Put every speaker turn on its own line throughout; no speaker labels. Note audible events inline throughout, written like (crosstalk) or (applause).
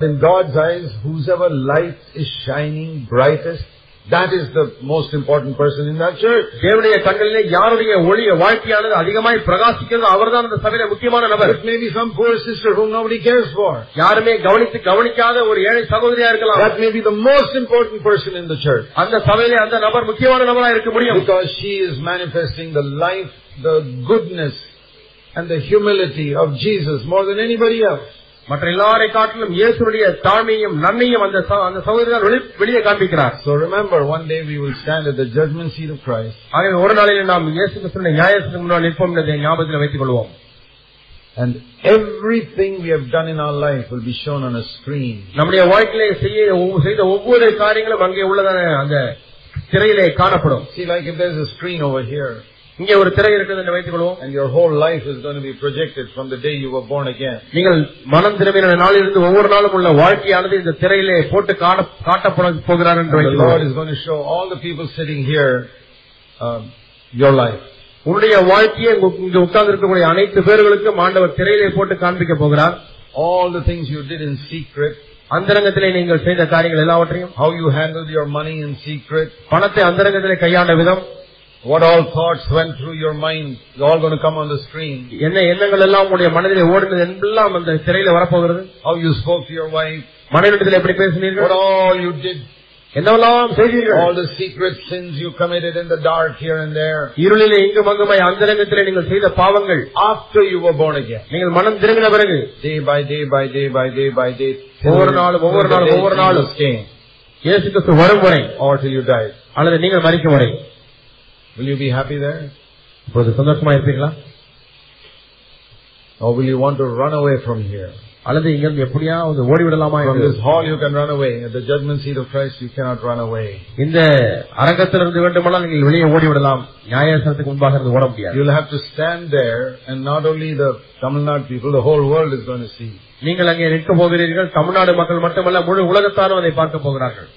In God's eyes, whosoever light is shining brightest, that is the most important person in that church.
தேவனுடைய கண்களிலே யாருடைய ஒளிய வாழ்க்கையானது அதிகமாய் பிரகாசிக்கிறது அவர்தான் அந்த சபையில முக்கியமான நபர்
That may be some poor sister whom nobody cares for.
யாருமே கவனித்து கவனிக்காத ஒரு ஏழை சகோதரியா இருக்கலாம்
That may be the most important person in the church.
அந்த சபையிலே அந்த நபர் முக்கியமான நபரா இருக்க முடியும்
Because she is manifesting the life, the goodness, and the humility of Jesus more than anybody else.
மற்ற எல்லாரை காட்டிலும் இயேசுடைய தாழ்மையும் நன்மையும் அந்த ச- அந்த சகோதரி தான் வெளி- வெளியே காண்பிக்கிறார்
So remember, one day we will stand at the judgment seat of Christ
ஆகவே ஒரு நாளில் நாம் இயேசு கிறிஸ்துவின் நியாயத்துக்கு முன்னால் நிற்போம் என்பதை ஞாபகத்தில் வைத்துக் கொள்வோம்
and everything we have done in our life will be shown on a screen.
நம்முடைய வாழ்க்கையிலே செய்ய ஒவ்வொரு- செய்த ஒவ்வொரு காரியங்களும் அங்கே உள்ளதான அந்த திரையிலே காணப்படும்
See, like if there's a screen over here,
இங்கே ஒரு திரை இருக்குது என்று வைத்துக் கொள்வோம்
and your whole life is going to be projected from the day you were born again.
நீங்கள் மனம் திரும்பின நாளிலிருந்து ஒவ்வொரு நாளும் உள்ள வாழ்க்கையானது இந்த திரையிலே போட்டு காண- காட்டப்பட போகிறார் என்று
And the Lord
வைத்துக்கொள்வோம்.
is going to show all the people sitting here um, your life.
உன்னுடைய வாழ்க்கையை உங்க- இங்க உட்கார்ந்து இருக்கக்கூடிய அனைத்து பேர்களுக்கும் ஆண்டவர் திரையிலே போட்டு காண்பிக்க போகிறார்
All the things you did in secret,
அந்தரங்கத்திலே நீங்கள் செய்த காரியங்கள் எல்லாவற்றையும்
how you handled your money in secret,
பணத்தை அந்தரங்கத்திலே கையாண்ட விதம்
what all thoughts went through your mind, it's all going to come on the screen.
என்ன எண்ணங்கள் எல்லாம் உங்களுடைய மனதிலே ஓடினது எல்லாம் அந்த திரையில வரப்போகிறது
How you spoke to your wife,
மனதில் எப்படி
what
பேசினீர்கள்
all you did,
என்னவெல்லாம் செய்தீர்கள்
all the secret sins you committed in the dark here and there,
இருளிலே இங்கும் அங்குமாய் அந்தரங்கத்திலே நீங்கள் செய்த பாவங்கள்
after you were born again.
நீங்கள் மனம் திரும்பின பிறகு
Day by day by day by day by day. till
ஒவ்வொரு
the-
நாளும், ஒவ்வொரு
till the
நாளும்,
day
ஒவ்வொரு நாளும்.
Jesus came,
இயேசு கிறிஸ்து வரும் வரை
Or till you died.
அல்லது நீங்கள் மறிக்கும் வரை
Will you be happy there?
இப்போது சந்தோஷமா இருப்பீங்களா
Or will you want to run away from here?
அல்லது இங்கிருந்து எப்படியாவது ஓடிவிடலாமா
From
என்று
this hall you can run away. At the judgment seat of Christ you cannot run away.
இந்த அரங்கத்திலிருந்து வேண்டுமானால் நீங்கள் வெளியே ஓடிவிடலாம் நியாயசனத்துக்கு முன்பாக இருந்து ஓட முடியாது
You'll have to stand there and not only the Tamil Nadu people, the whole world is going to see.
நீங்கள் அங்கே நிற்க போகிறீர்கள் தமிழ்நாடு மக்கள் மட்டுமல்ல முழு உலகத்தாரும் அதை பார்க்க போகிறார்கள்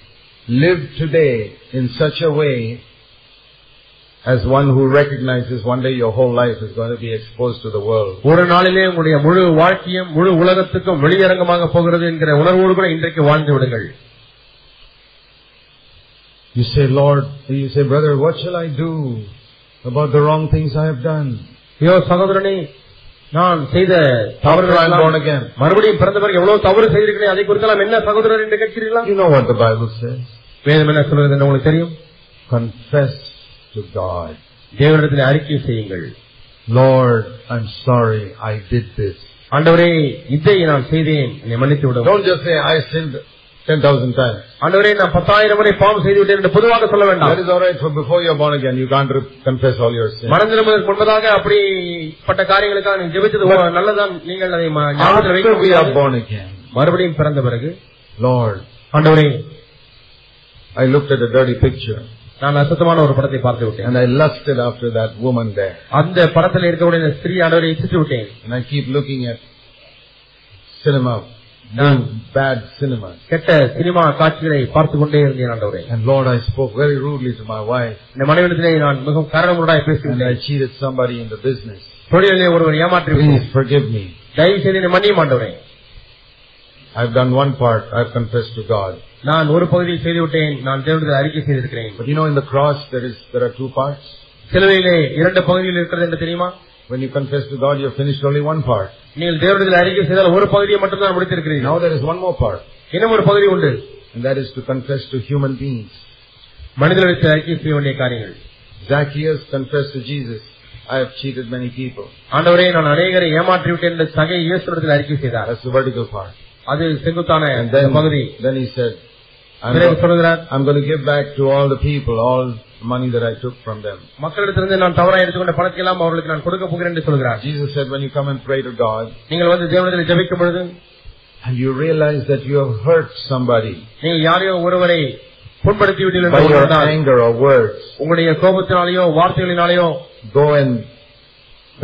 Live today in such a way as one who recognizes one day your whole life is going to be exposed to the world.
ஒரு நாளிலே உங்களுடைய முழு வாழ்க்கையும் முழு உலகத்துக்கும் வெளியரங்கமாக போகிறது என்கிற உணர்வோடு கூட இன்றைக்கு வாழ்ந்து விடுங்கள்
You say, Lord, you say, brother, what shall I do about the wrong things I have done?
ஐயோ சகோதரனே நான் செய்த தவறுகள்
After I'm born again.
எல்லாம் மறுபடியும் பிறந்த பிறகு எவ்வளவு தவறு செய்திருக்கிறேன் அதை குறித்து நாம் என்ன சகோதரர் என்று கேட்கிறீர்களா
You know what the Bible says.
வேதம் என்ன சொல்றது என்று உங்களுக்கு தெரியும்
Confess to God.
தேவனிடத்தில் அறிக்கை செய்யுங்கள்
Lord, I'm sorry I did this.
ஆண்டவரே இதை நான் செய்தேன் என்னை மன்னித்து விடும்
Don't just say, I sinned 10,000 times.
ஆண்டவரே நான் பத்தாயிரம் முறை பாவம் செய்து விட்டேன் என்று பொதுவாக சொல்ல
That
வேண்டாம்
is alright for before you are born again. You can't re- confess all your sins.
மனதிரும்புவதற்கு முன்பதாக அப்படிப்பட்ட காரியங்களுக்காக நீங்கள் ஜெபித்தது ஒரு நல்லதான் நீங்கள் அதை ம- ஞாபகத்தில் வைக்க
After we are
முடியாது.
born again,
மறுபடியும் பிறந்த பிறகு
Lord,
ஆண்டவரே
I looked at a dirty picture
நான் அசுத்தமான ஒரு படத்தை பார்த்து விட்டேன்
and I lusted after that woman there.
அந்த படத்தில் இருக்கக்கூடிய இந்த ஸ்திரீ ஆண்டவரை இச்சிட்டு விட்டேன்
And I keep looking at cinema, new bad cinema.
கெட்ட சினிமா காட்சிகளை பார்த்து கொண்டே இருந்தேன் ஆண்டவரே
And Lord, I spoke very rudely to my wife
இந்த மனைவிடத்திலே நான் மிகவும் கரணமுடாய்
and I
பேசினேன்
cheated somebody in the business.
தொழிலே ஒருவர் ஏமாற்றி விட்டேன்
Please forgive me.
தயவு செய்து என்னை மன்னியும் ஆண்டவரே
I've done one part. I've confessed to God.
நான் ஒரு பகுதியில் செய்து விட்டேன் நான் தேவனிடத்தில் அறிக்கை செய்திருக்கிறேன்
But you know, in the cross, there is there are two parts.
சிலுவையிலே இரண்டு பகுதிகள் இருக்கிறது என்று தெரியுமா
When you confess to God, you've finished only one part.
நீங்கள் தேவனிடத்தில் அறிக்கை செய்தால் ஒரு பகுதியை மட்டும்தான் முடித்திருக்கிறீர்கள்
Now there is one more part,
இன்னும் ஒரு பகுதி உண்டு
and that is to confess to human beings.
மனிதர்களுக்கு அறிக்கை செய்ய வேண்டிய காரியங்கள்
Zacchaeus confessed to Jesus, I have cheated many people.
ஆண்டவரே நான் அநேகரை ஏமாற்றி விட்டேன் என்று சகை இயேசுடத்தில் அறிக்கை செய்தார்
That's the vertical part.
அது செங்குத்தான
And then,
பகுதி
then he said, I'm,
பிறகு
go-
சொல்கிறார்
I'm going to give back to all the people all the money that I took from them.
மக்களிடத்திலிருந்து நான் தவறாக எடுத்துக்கொண்ட பணத்தை எல்லாம் அவர்களுக்கு நான் கொடுக்க போகிறேன் என்று சொல்கிறார்
Jesus said, when you come and pray to God,
நீங்கள் வந்து தேவனிடத்தில் ஜெபிக்கும் பொழுது
and you realize that you have hurt somebody
நீங்கள் யாரையோ ஒருவரை புண்படுத்தி விட்டீர்கள்
by
என்று
your
உணர்ந்தால்,
anger or words,
உங்களுடைய கோபத்தினாலேயோ வார்த்தைகளினாலேயோ
go and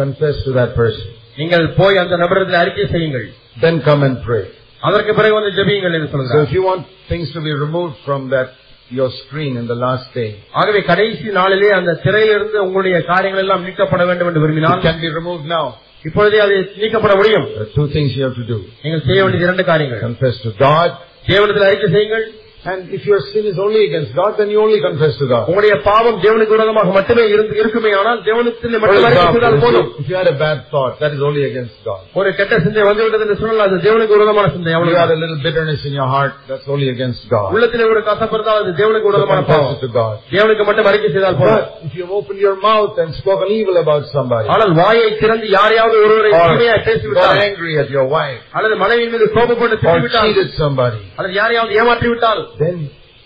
confess to that person.
நீங்கள் போய் அந்த நபரிடத்தில் அறிக்கை செய்யுங்கள்
Then come and pray.
அதற்கு பிறகு வந்து ஜெபியுங்கள் என்று
So
சொல்கிறார்
if you want things to be removed from that your screen in the last day,
ஆகவே கடைசி நாளிலே அந்த சிறையிலிருந்து உங்களுடைய காரியங்கள் எல்லாம் நீக்கப்பட வேண்டும் என்று
it
விரும்பினால்
can be removed now.
இப்பொழுதே அது நீக்கப்பட முடியும்
There are two things you have to do.
நீங்கள் செய்ய வேண்டியது இரண்டு காரியங்கள்
Confess to God.
தேவனத்தில் அறிக்கை செய்யுங்கள்
And if your sin is only against God, then you only confess to God.
உங்களுடைய பாவம் தேவனுக்கு விரோதமாக மட்டுமே இருந்து இருக்குமே ஆனால் தேவனத்தில்
For
மட்டும் அறிக்கை
example,
செய்தால்
if
போதும்
you- if you had a bad thought, that is only against God.
ஒரு கெட்ட சிந்தை வந்துவிட்டது என்று சொன்னால் அது தேவனுக்கு விரோதமான சிந்தை
If you had
அவ்வளவு
a little bitterness in your heart, that's only against God.
உள்ளத்திலே ஒரு கசப்பு இருந்தால் அது தேவனுக்கு
So
விரோதமான
confess
பாவம்
it to God.
தேவனுக்கு மட்டும் அறிக்கை செய்தால் போதும்
But if you've opened your mouth and spoken evil about somebody,
ஆனால் வாயை திறந்து யாரையாவது ஒருவரை தீமையாக
or got
பேசிவிட்டால்
angry at your wife,
அல்லது மனைவியின் மீது கோபப்பட்டு
or
திட்டிவிட்டால்
cheated somebody,
அல்லது யாரையாவது ஏமாற்றி விட்டால்
then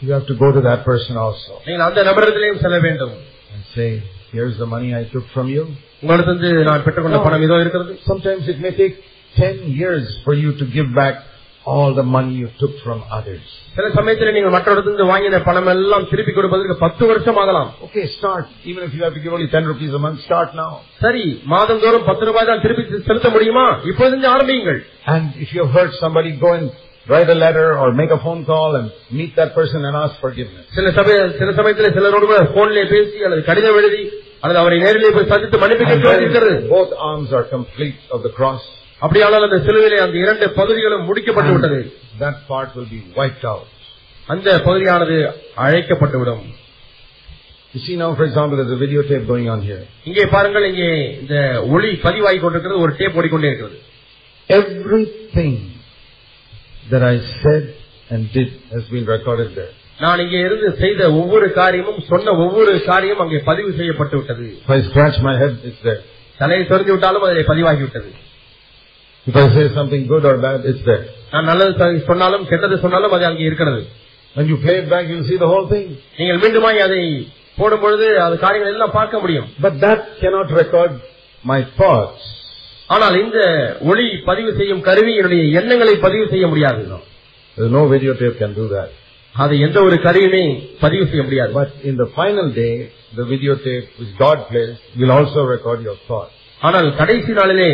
you have to go to that person also
நீங்கள் அந்த நபரிடத்திலேயும் செல்ல வேண்டும்
and say, here's the money I took from you.
உங்களிடத்திலிருந்து நான்
Oh.
பெற்றுக்கொண்ட பணம் இதோ இருக்கிறது
Sometimes it may take 10 years for you to give back all the money you took from others.
சில சமயத்தில் நீங்கள் மற்ற இடத்திலிருந்து வாங்கின பணம் எல்லாம் திருப்பி கொடுப்பதற்கு பத்து வருஷம் ஆகலாம்
Okay, start. Even if you have to give only 10 rupees a month, start now.
சரி மாதந்தோறும் பத்து ரூபாய் தான் திருப்பி செலுத்த முடியுமா இப்பொழுது இருந்து ஆரம்பியுங்கள்
And if you have hurt somebody, go and write a letter or make a phone call and meet that person and ask forgiveness.
சில சமய சில சமயத்தில் சிலரோடு கூட போன்ல பேசி அல்லது கடிதம் எழுதி அல்லது அவரை நேரிலே போய் சந்தித்து மன்னிப்பு
And
கேட்க இருக்கிறது
then both arms are complete of the cross.
அப்படியானால் அந்த சிலுவிலே அந்த இரண்டு பகுதிகளும் முடிக்கப்பட்டு விட்டது
And that part will be wiped out.
அந்த பகுதியானது அழைக்கப்பட்டு விடும்
You see now, for example, there's a videotape going on here.
இங்கே பாருங்கள் இங்கே இந்த ஒளி பதிவாகி கொண்டிருக்கிறது ஒரு டேப் ஓடிக்கொண்டே இருக்கிறது
Everything that I said and did has been recorded there.
நான் இங்கே இருந்து செய்த ஒவ்வொரு காரியமும் சொன்ன ஒவ்வொரு காரியமும் அங்கே பதிவு செய்யப்பட்டு விட்டது
If I scratch my head, it's there.
தலையை சொரிந்து விட்டாலும் அதில் பதிவாகி விட்டது
If I say something good or bad, it's there.
நான் நல்லது ச- சொன்னாலும் கெட்டது சொன்னாலும் அது அங்கே இருக்கிறது
When you play it back, you'll see the whole thing.
நீங்கள் மீண்டுமாய் அதை போடும் பொழுது அது காரியங்கள் எல்லாம் பார்க்க முடியும்
But that cannot record my thoughts.
ஆனால் இந்த ஒளி பதிவு செய்யும் கருவி என்னுடைய எண்ணங்களை பதிவு செய்ய முடியாது
There's no videotape can do that.
அது எந்த ஒரு கருவியுமே பதிவு செய்ய முடியாது
But in the final day, the videotape which God plays will also record your thoughts.
ஆனால் கடைசி நாளிலே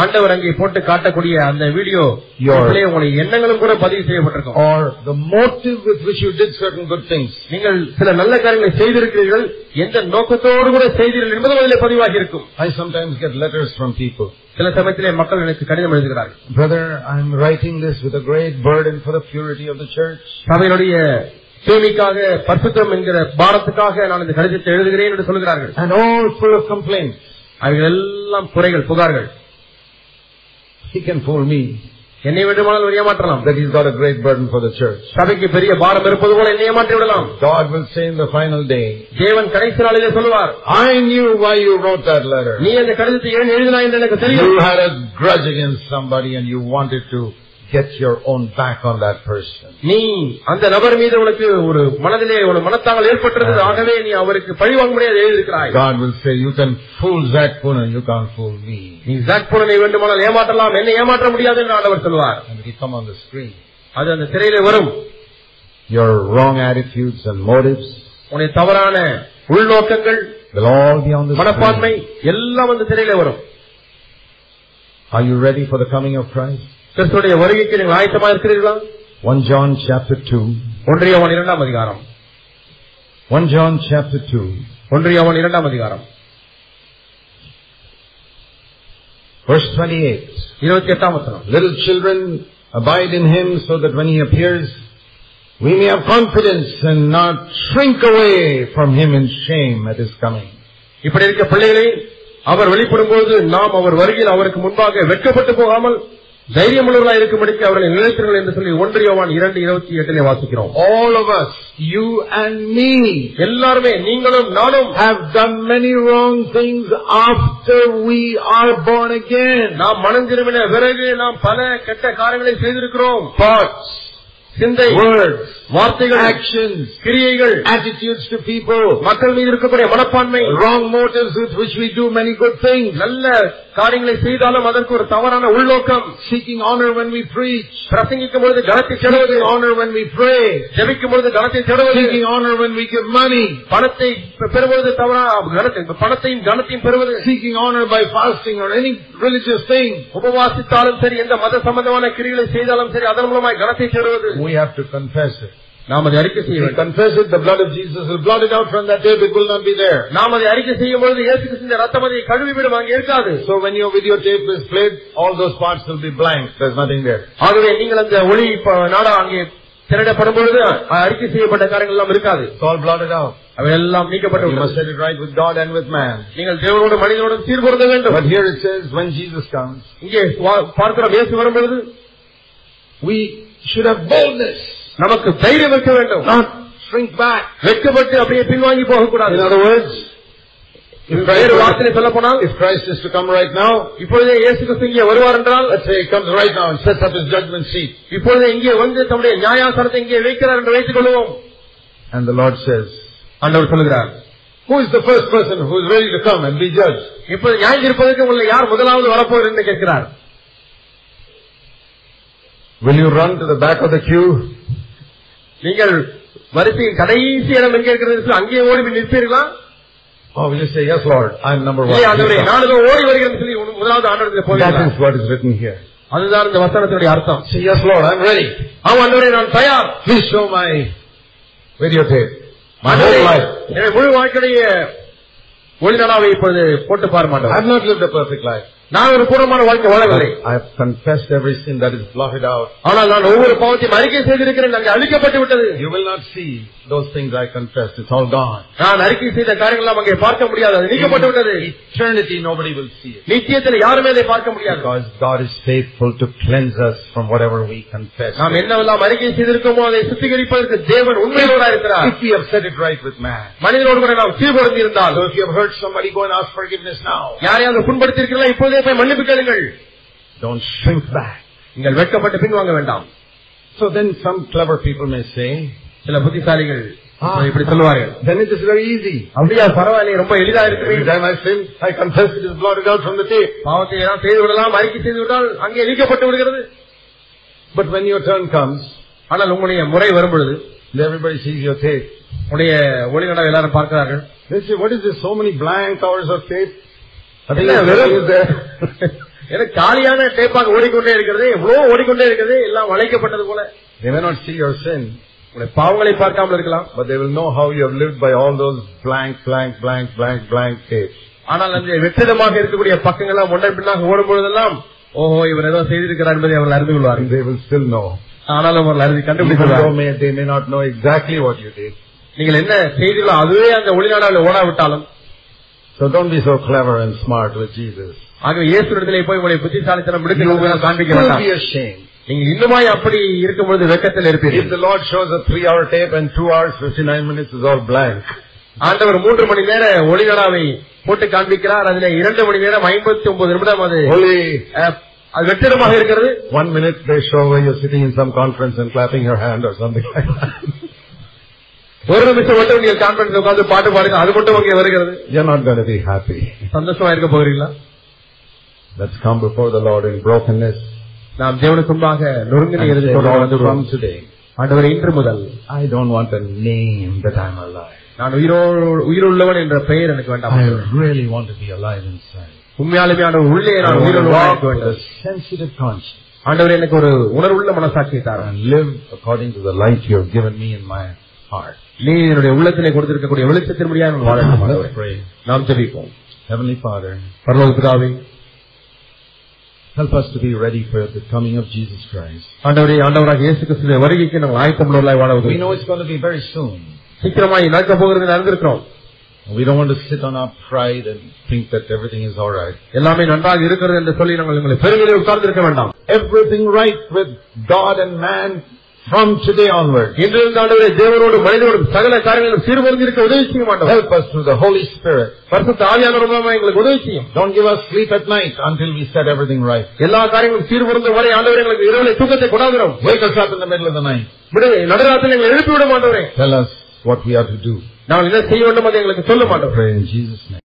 ஆண்டவர் அங்கே போட்டு காட்டக்கூடிய அந்த வீடியோ
Your-
உங்களுடைய எண்ணங்களும் கூட பதிவு செய்யப்பட்டிருக்கும்
Or the motive with which you did certain good things.
நீங்கள் சில நல்ல காரியங்களை செய்திருக்கிறீர்கள் எந்த நோக்கத்தோடு கூட செய்தீர்கள் என்பதும் அதிலே பதிவாகி இருக்கும்
I sometimes get letters from people.
சில சமயத்திலே மக்கள் எனக்கு கடிதம் எழுதுகிறார்கள்
Brother, I'm writing this with a great burden for the purity of the church.
சபையினுடைய தூய்மைக்காக பரிசுத்தம் என்கிற பாரத்துக்காக நான் இந்த கடிதத்தை எழுதுகிறேன் என்று சொல்கிறார்கள்
And all full of complaints.
அவைகள் எல்லாம் குறைகள் புகார்கள்
He can fool me
என்னை வேண்டுமானால் அவர் ஏமாற்றலாம்
that he's got a great burden for the church.
சபைக்கு பெரிய பாரம் இருப்பது போல என்னை ஏமாற்றி விடலாம்
God will say in the final day,
தேவன் கடைசி நாளிலே சொல்லுவார்
I knew why you wrote that letter.
நீ அந்த கடிதத்தை ஏன் எழுதினாய் என்று எனக்கு தெரியும்
You had a grudge against somebody and you wanted to get your own back on that person.
நீ அந்த நபர் மீது உனக்கு ஒரு மனதிலே ஒரு மனத்தாங்கல் ஏற்பட்டிருந்தது ஆகவே நீ அவருக்கு பழி வாங்க முடியாது எழுதியிருக்கிறாய்
God will say, you can fool Zach Pooner, you can't fool me.
நீ ஜாக் போனனை வேண்டுமானால் ஏமாற்றலாம் என்னை ஏமாற்ற முடியாது என்று ஆண்டவர் சொல்வார்
And it will come on the screen.
அது அந்த திரையிலே வரும்
Your wrong attitudes and motives
உன்னுடைய தவறான உள்நோக்கங்கள்
will all be on the
மனப்பான்மை
screen.
எல்லாம் அந்த திரையிலே வரும்
Are you ready for the coming of Christ?
கிறிஸ்துடைய வருகைக்கு நீங்கள் ஆயத்தமா இருக்கிறீர்களா
1 John chapter 2.
ஒன்றியவன் இரண்டாம் அதிகாரம்
1 John chapter 2,
ஒன்றியவன் இரண்டாம் அதிகாரம்
verse 28.
இருபத்தி எட்டாம் வசனம்
Little children, abide in him so that when he appears, we may have confidence and not shrink away from him in shame at his coming.
இப்படி இருக்க பிள்ளைகளே அவர் வெளிப்படும் போது நாம் அவர் வருகையில் அவருக்கு முன்பாக வெட்கப்பட்டு போகாமல் தைரியமுள்ளவர்களாக இருக்கும்படிக்கு அவர்களை நிலைத்திருங்கள் என்று சொல்லி ஒன்று யோவான் இரண்டு இருபத்தி எட்டிலே வாசிக்கிறோம்
All of us, you and me,
எல்லாருமே நீங்களும் நானும்
have done many wrong things after we are born again.
நாம் மனம் திரும்பின பிறகு நாம் பல கெட்ட காரியங்களை செய்திருக்கிறோம்
Thoughts,
சிந்தை
words,
வார்த்தைகள்
actions,
கிரியைகள்
attitudes to people,
மக்கள் மீது இருக்கக்கூடிய மனப்பான்மை
wrong motives with which we do many good things,
நல்ல காரியங்களை செய்தாலும் அதற்கு ஒரு தவறான உள்நோக்கம்
seeking honor when we preach,
பிரசங்கிக்கும் பொழுது கனத்தை தேடுவது
seeking honor when we pray,
ஜெபிக்கும் பொழுது கனத்தை தேடுவது
seeking honor when we give money,
பணத்தை பெறுவது தவறா கனத்தை பணத்தையும் கனத்தையும் பெறுவது
seeking honor by fasting or any religious thing.
உபவாசித்தாலும் சரி எந்த மத சம்பந்தமான கிரிகளை செய்தாலும் சரி அதன் மூலமாய் கனத்தை தேடுவது
We have to confess it.
நாம் அதை அறிக்கை செய்ய
We
வேண்டும்
confess it, the blood of Jesus will blot it out from that table, it will not be there.
நாம் அதை அறிக்கை செய்யும் பொழுது இயேசு கிறிஸ்துவின் ரத்தம் அதை கழுவிவிடும் அங்கே இருக்காது
So when your videotape is played, all those parts will be blank, there's nothing there.
ஆகவே நீங்கள் அந்த ஒளி ப- நாடா அங்கே திரடப்படும் பொழுது அ- அறிக்கை செய்யப்பட்ட காரியங்கள் எல்லாம் இருக்காது
It's all blotted out.
அவையெல்லாம் நீக்கப்பட்டு
You must
விட்டது.
set it right with God and with man.
நீங்கள் தேவனோடு மனிதனோடும் சீர்பொருந்த
But
வேண்டும்
here it says, when Jesus comes,
இங்கே வா- பார்க்கிறோம் இயேசு வரும் பொழுது
we should have boldness,
நமக்கு தைரியம் வைக்க வேண்டும்
not shrink back.
வெட்கப்பட்டு அப்படியே பின்வாங்கி போகக்கூடாது
In other words, if
வேறு வார்த்தை
Christ,
சொல்ல போனால்
if Christ is to come right now,
இப்பொழுதே இயேசு கிறிஸ்து இங்கே வருவார் என்றால்
let's say he comes right now and sets up his judgment seat.
இப்பொழுது இங்கே வந்து தம்முடைய நியாயாசனத்தை இங்கே வைக்கிறார் என்று வைத்துக் கொள்வோம்
And the Lord says,
ஆண்டவர் சொல்லுகிறார்
who is the first person who is ready to come and be judged?
இப்போது நியாயம் இருப்பதற்கு உங்களை யார் முதலாவது வரப்போர் என்று கேட்கிறார்
Will you run to the back of the queue?
நீங்கள் வரிசையின் கடைசி இடம் எங்கே இருக்கிறது சொல்லி அங்கே ஓடி போய் நிற்பீர்களா
Or will you Oh, say, yes Lord, I'm number one.
இல்லை ஆண்டவரே நானும் தான் ஓடி வருகிறேன் சொல்லி உன் முதலாவது ஆண்டவரத்தில் போவீங்களா
That is what is written here.
அதுதான் இந்த வசனத்தினுடைய அர்த்தம்
Say, yes Lord, I'm ready.
ஆமா ஆண்டவரே நான் தயார்
Please show my videotape. My
ஆண்டவரே,
whole life.
என்னுடைய முழு வாழ்க்கையுடைய ஒளிநடாவை இப்பொழுது போட்டு பாருமாட்டோம்
I've not lived a perfect life.
நான் ஒரு பூரணமான வாழ்க்கை வாழவில்லை
But I've confessed every sin that is blotted out.
ஆனால் நான் ஒவ்வொரு பாவத்தையும் அறிக்கை செய்திருக்கிறேன் அங்கே அழிக்கப்பட்டு விட்டது
You will not see those things I confessed. It's all gone.
நான் அறிக்கை செய்த காரியங்கள் அங்கே பார்க்க முடியாது அது நீக்கப்பட்டு விட்டது
Eternity, nobody will see it.
நிச்சயத்தில் யாருமே அதை பார்க்க முடியாது
Because God is faithful to cleanse us from whatever we confess.
நாம் என்னவெல்லாம் அறிக்கை செய்திருக்கோமோ அதை சுத்திகரிப்பதற்கு தேவன் உண்மையோடா இருக்கிறார்
If we have set it right with man.
மனிதனோடு கூட நாம் சீர்படுத்தி இருந்தால்
So if you have hurt somebody, go and ask forgiveness now.
யாரையாவது புண்படுத்தி இருக்கிறீர்களா இப்போதே போய் மன்னிப்பு கேளுங்கள்
Don't shrink back.
நீங்கள் வெட்கப்பட்டு பின்வாங்க வேண்டாம்
So then some clever people may say,
சில புத்திசாலிகள்
Ah.
இப்படி சொல்லுவார்கள்
then it is very easy.
அப்படியா பரவாயில்லை ரொம்ப எளிதா
Every
இருக்கு
time I sin, I confess it is blotted out from the tape.
பாவத்தை எல்லாம் செய்து விடலாம் அறிக்கை செய்து விட்டால் அங்கே நீக்கப்பட்டு விடுகிறது
But when your turn comes,
ஆனால் உங்களுடைய முறை வரும்பொழுது
and everybody sees your tape.
உங்களுடைய ஒளிநடவை எல்லாரும் பார்க்கிறார்கள்
They say, what is this, so many blank hours of tape? I think
என்ன வெறும்
everything is there.
(laughs) எனக்கு காலியான டேப்பாக ஓடிக்கொண்டே இருக்கிறது எவ்வளவு ஓடிக்கொண்டே இருக்கிறது எல்லாம் வளைக்கப்பட்டது போல
(laughs) They may not see your sin,
உங்களுடைய பாவங்களை பார்க்காமல் இருக்கலாம்
but they will know how you have lived by all those blank, blank, blank, blank, blank tapes.
ஆனால் அந்த வெற்றிடமாக இருக்கக்கூடிய பக்கங்கள் எல்லாம் ஒன்றை பின்னாக ஓடும் பொழுதெல்லாம் ஓஹோ இவர் ஏதோ செய்திருக்கிறார் என்பதை அவர்கள் அறிந்து
And
கொள்வார்கள்
they will still know.
ஆனாலும் அவர்கள் அறிந்து
Even though
கண்டுபிடிக்கிறார்கள்
may, they may not know exactly what you did.
நீங்கள் என்ன செய்தீர்களோ அதுவே அந்த ஒளிநாடாவில் ஓடாவிட்டாலும்
So don't be so clever and smart with Jesus.
ஆகவே இயேசு இடத்திலே போய் உங்களுடைய புத்திசாலித்தனம்
You will
எடுத்து காண்பிக்க
still
வேண்டாம்
be ashamed.
நீங்கள் இன்னுமாய் அப்படி இருக்கும் பொழுது வெக்கத்தில்
If the
இருப்பீர்கள்
Lord shows a three hour tape and two hours, 59 minutes is all blank,
ஆண்டவர் மூன்று மணி நேர ஒளிநாடாவை போட்டு காண்பிக்கிறார் அதுல இரண்டு மணி நேரம் ஐம்பத்தி ஒன்பது நிமிடம் அது
only
அஹ், அது வெற்றிடமாக இருக்கிறது
one minute they show where you're sitting in some conference and clapping your hand or something (laughs) like that.
ஒரு நிமிஷம் மட்டும் நீங்கள் கான்ஃபரன்ஸ் உட்கார்ந்து பாட்டு பாடுங்க அது மட்டும் அங்கே வருகிறது
You're not going to be happy.
சந்தோஷமா இருக்க போகிறீங்களா
Let's come before the Lord in brokenness.
நாம் தேவனுக்கு முன்பாக நொறுங்கின
And say,
இருதயத்தோடு
Lord,
வந்து
from today,
ஆண்டவர் இன்று முதல்
I don't want a name that I'm alive.
நான் உயிரோடு உயிருள்ளவன் என்ற பெயர் எனக்கு வேண்டாம்
I really want to be alive inside.
உண்மையாலுமே ஆண்டவர் உள்ளே
I
நான்
want to
உயிருள்ளவன்
walk
இருக்க
with a
வேண்டும்
sensitive conscience
ஆண்டவர் எனக்கு ஒரு உணர்வுள்ள மனசாட்சியை தாரும்
and live according to the light you have given me in my heart.
நீ என்னுடைய உள்ளத்திலே கொடுத்திருக்கக்கூடிய வெளிச்சத்தின் முடியாது நான் வாழ வேண்டும்
Let's
ஆண்டவரே.
pray.
நாம் ஜெபிப்போம்
Heavenly Father,
பரலோக பிதாவே
Help us to be ready for the coming of Jesus Christ.
ஆண்டவரே ஆண்டவராக இயேசு கிறிஸ்துவின் வருகைக்கு நாங்கள் ஆயத்தம் உள்ளவர்களாய் வாழ
We
உதவி
know it's going to be very soon.
சீக்கிரமாய் நடக்க போகிறது நடந்திருக்கிறோம்
We don't want to sit on our pride and think that everything is all right.
எல்லாமே நன்றாக இருக்கிறது என்று சொல்லி நாங்கள் எங்களை பெருமையிலே உட்கார்ந்து இருக்க வேண்டாம்
Everything right with God and man from today onward.
இன்றிருந்து ஆண்டவரே தேவனோடு மனிதனோடும் சகல காரியங்களும் சீர்பொருந்தி இருக்க உதவி செய்ய மாட்டோம்
Help us through the Holy Spirit.
பரிசுத்த ஆவியானவர் மூலமா எங்களுக்கு உதவி செய்யும்
Don't give us sleep at night until we set everything right.
எல்லா காரியங்களும் சீர்பொருந்த வரை ஆண்டவர் எங்களுக்கு இரவிலே தூக்கத்தை கொடாதுறோம்
Wake us up in the middle of the night.
நடுராத்திரி எங்களை எழுப்பி விட மாட்டோம்
Tell us what we are to do.
நாங்கள் என்ன செய்ய வேண்டும் அதை எங்களுக்கு சொல்ல மாட்டோம்
Pray in Jesus' name.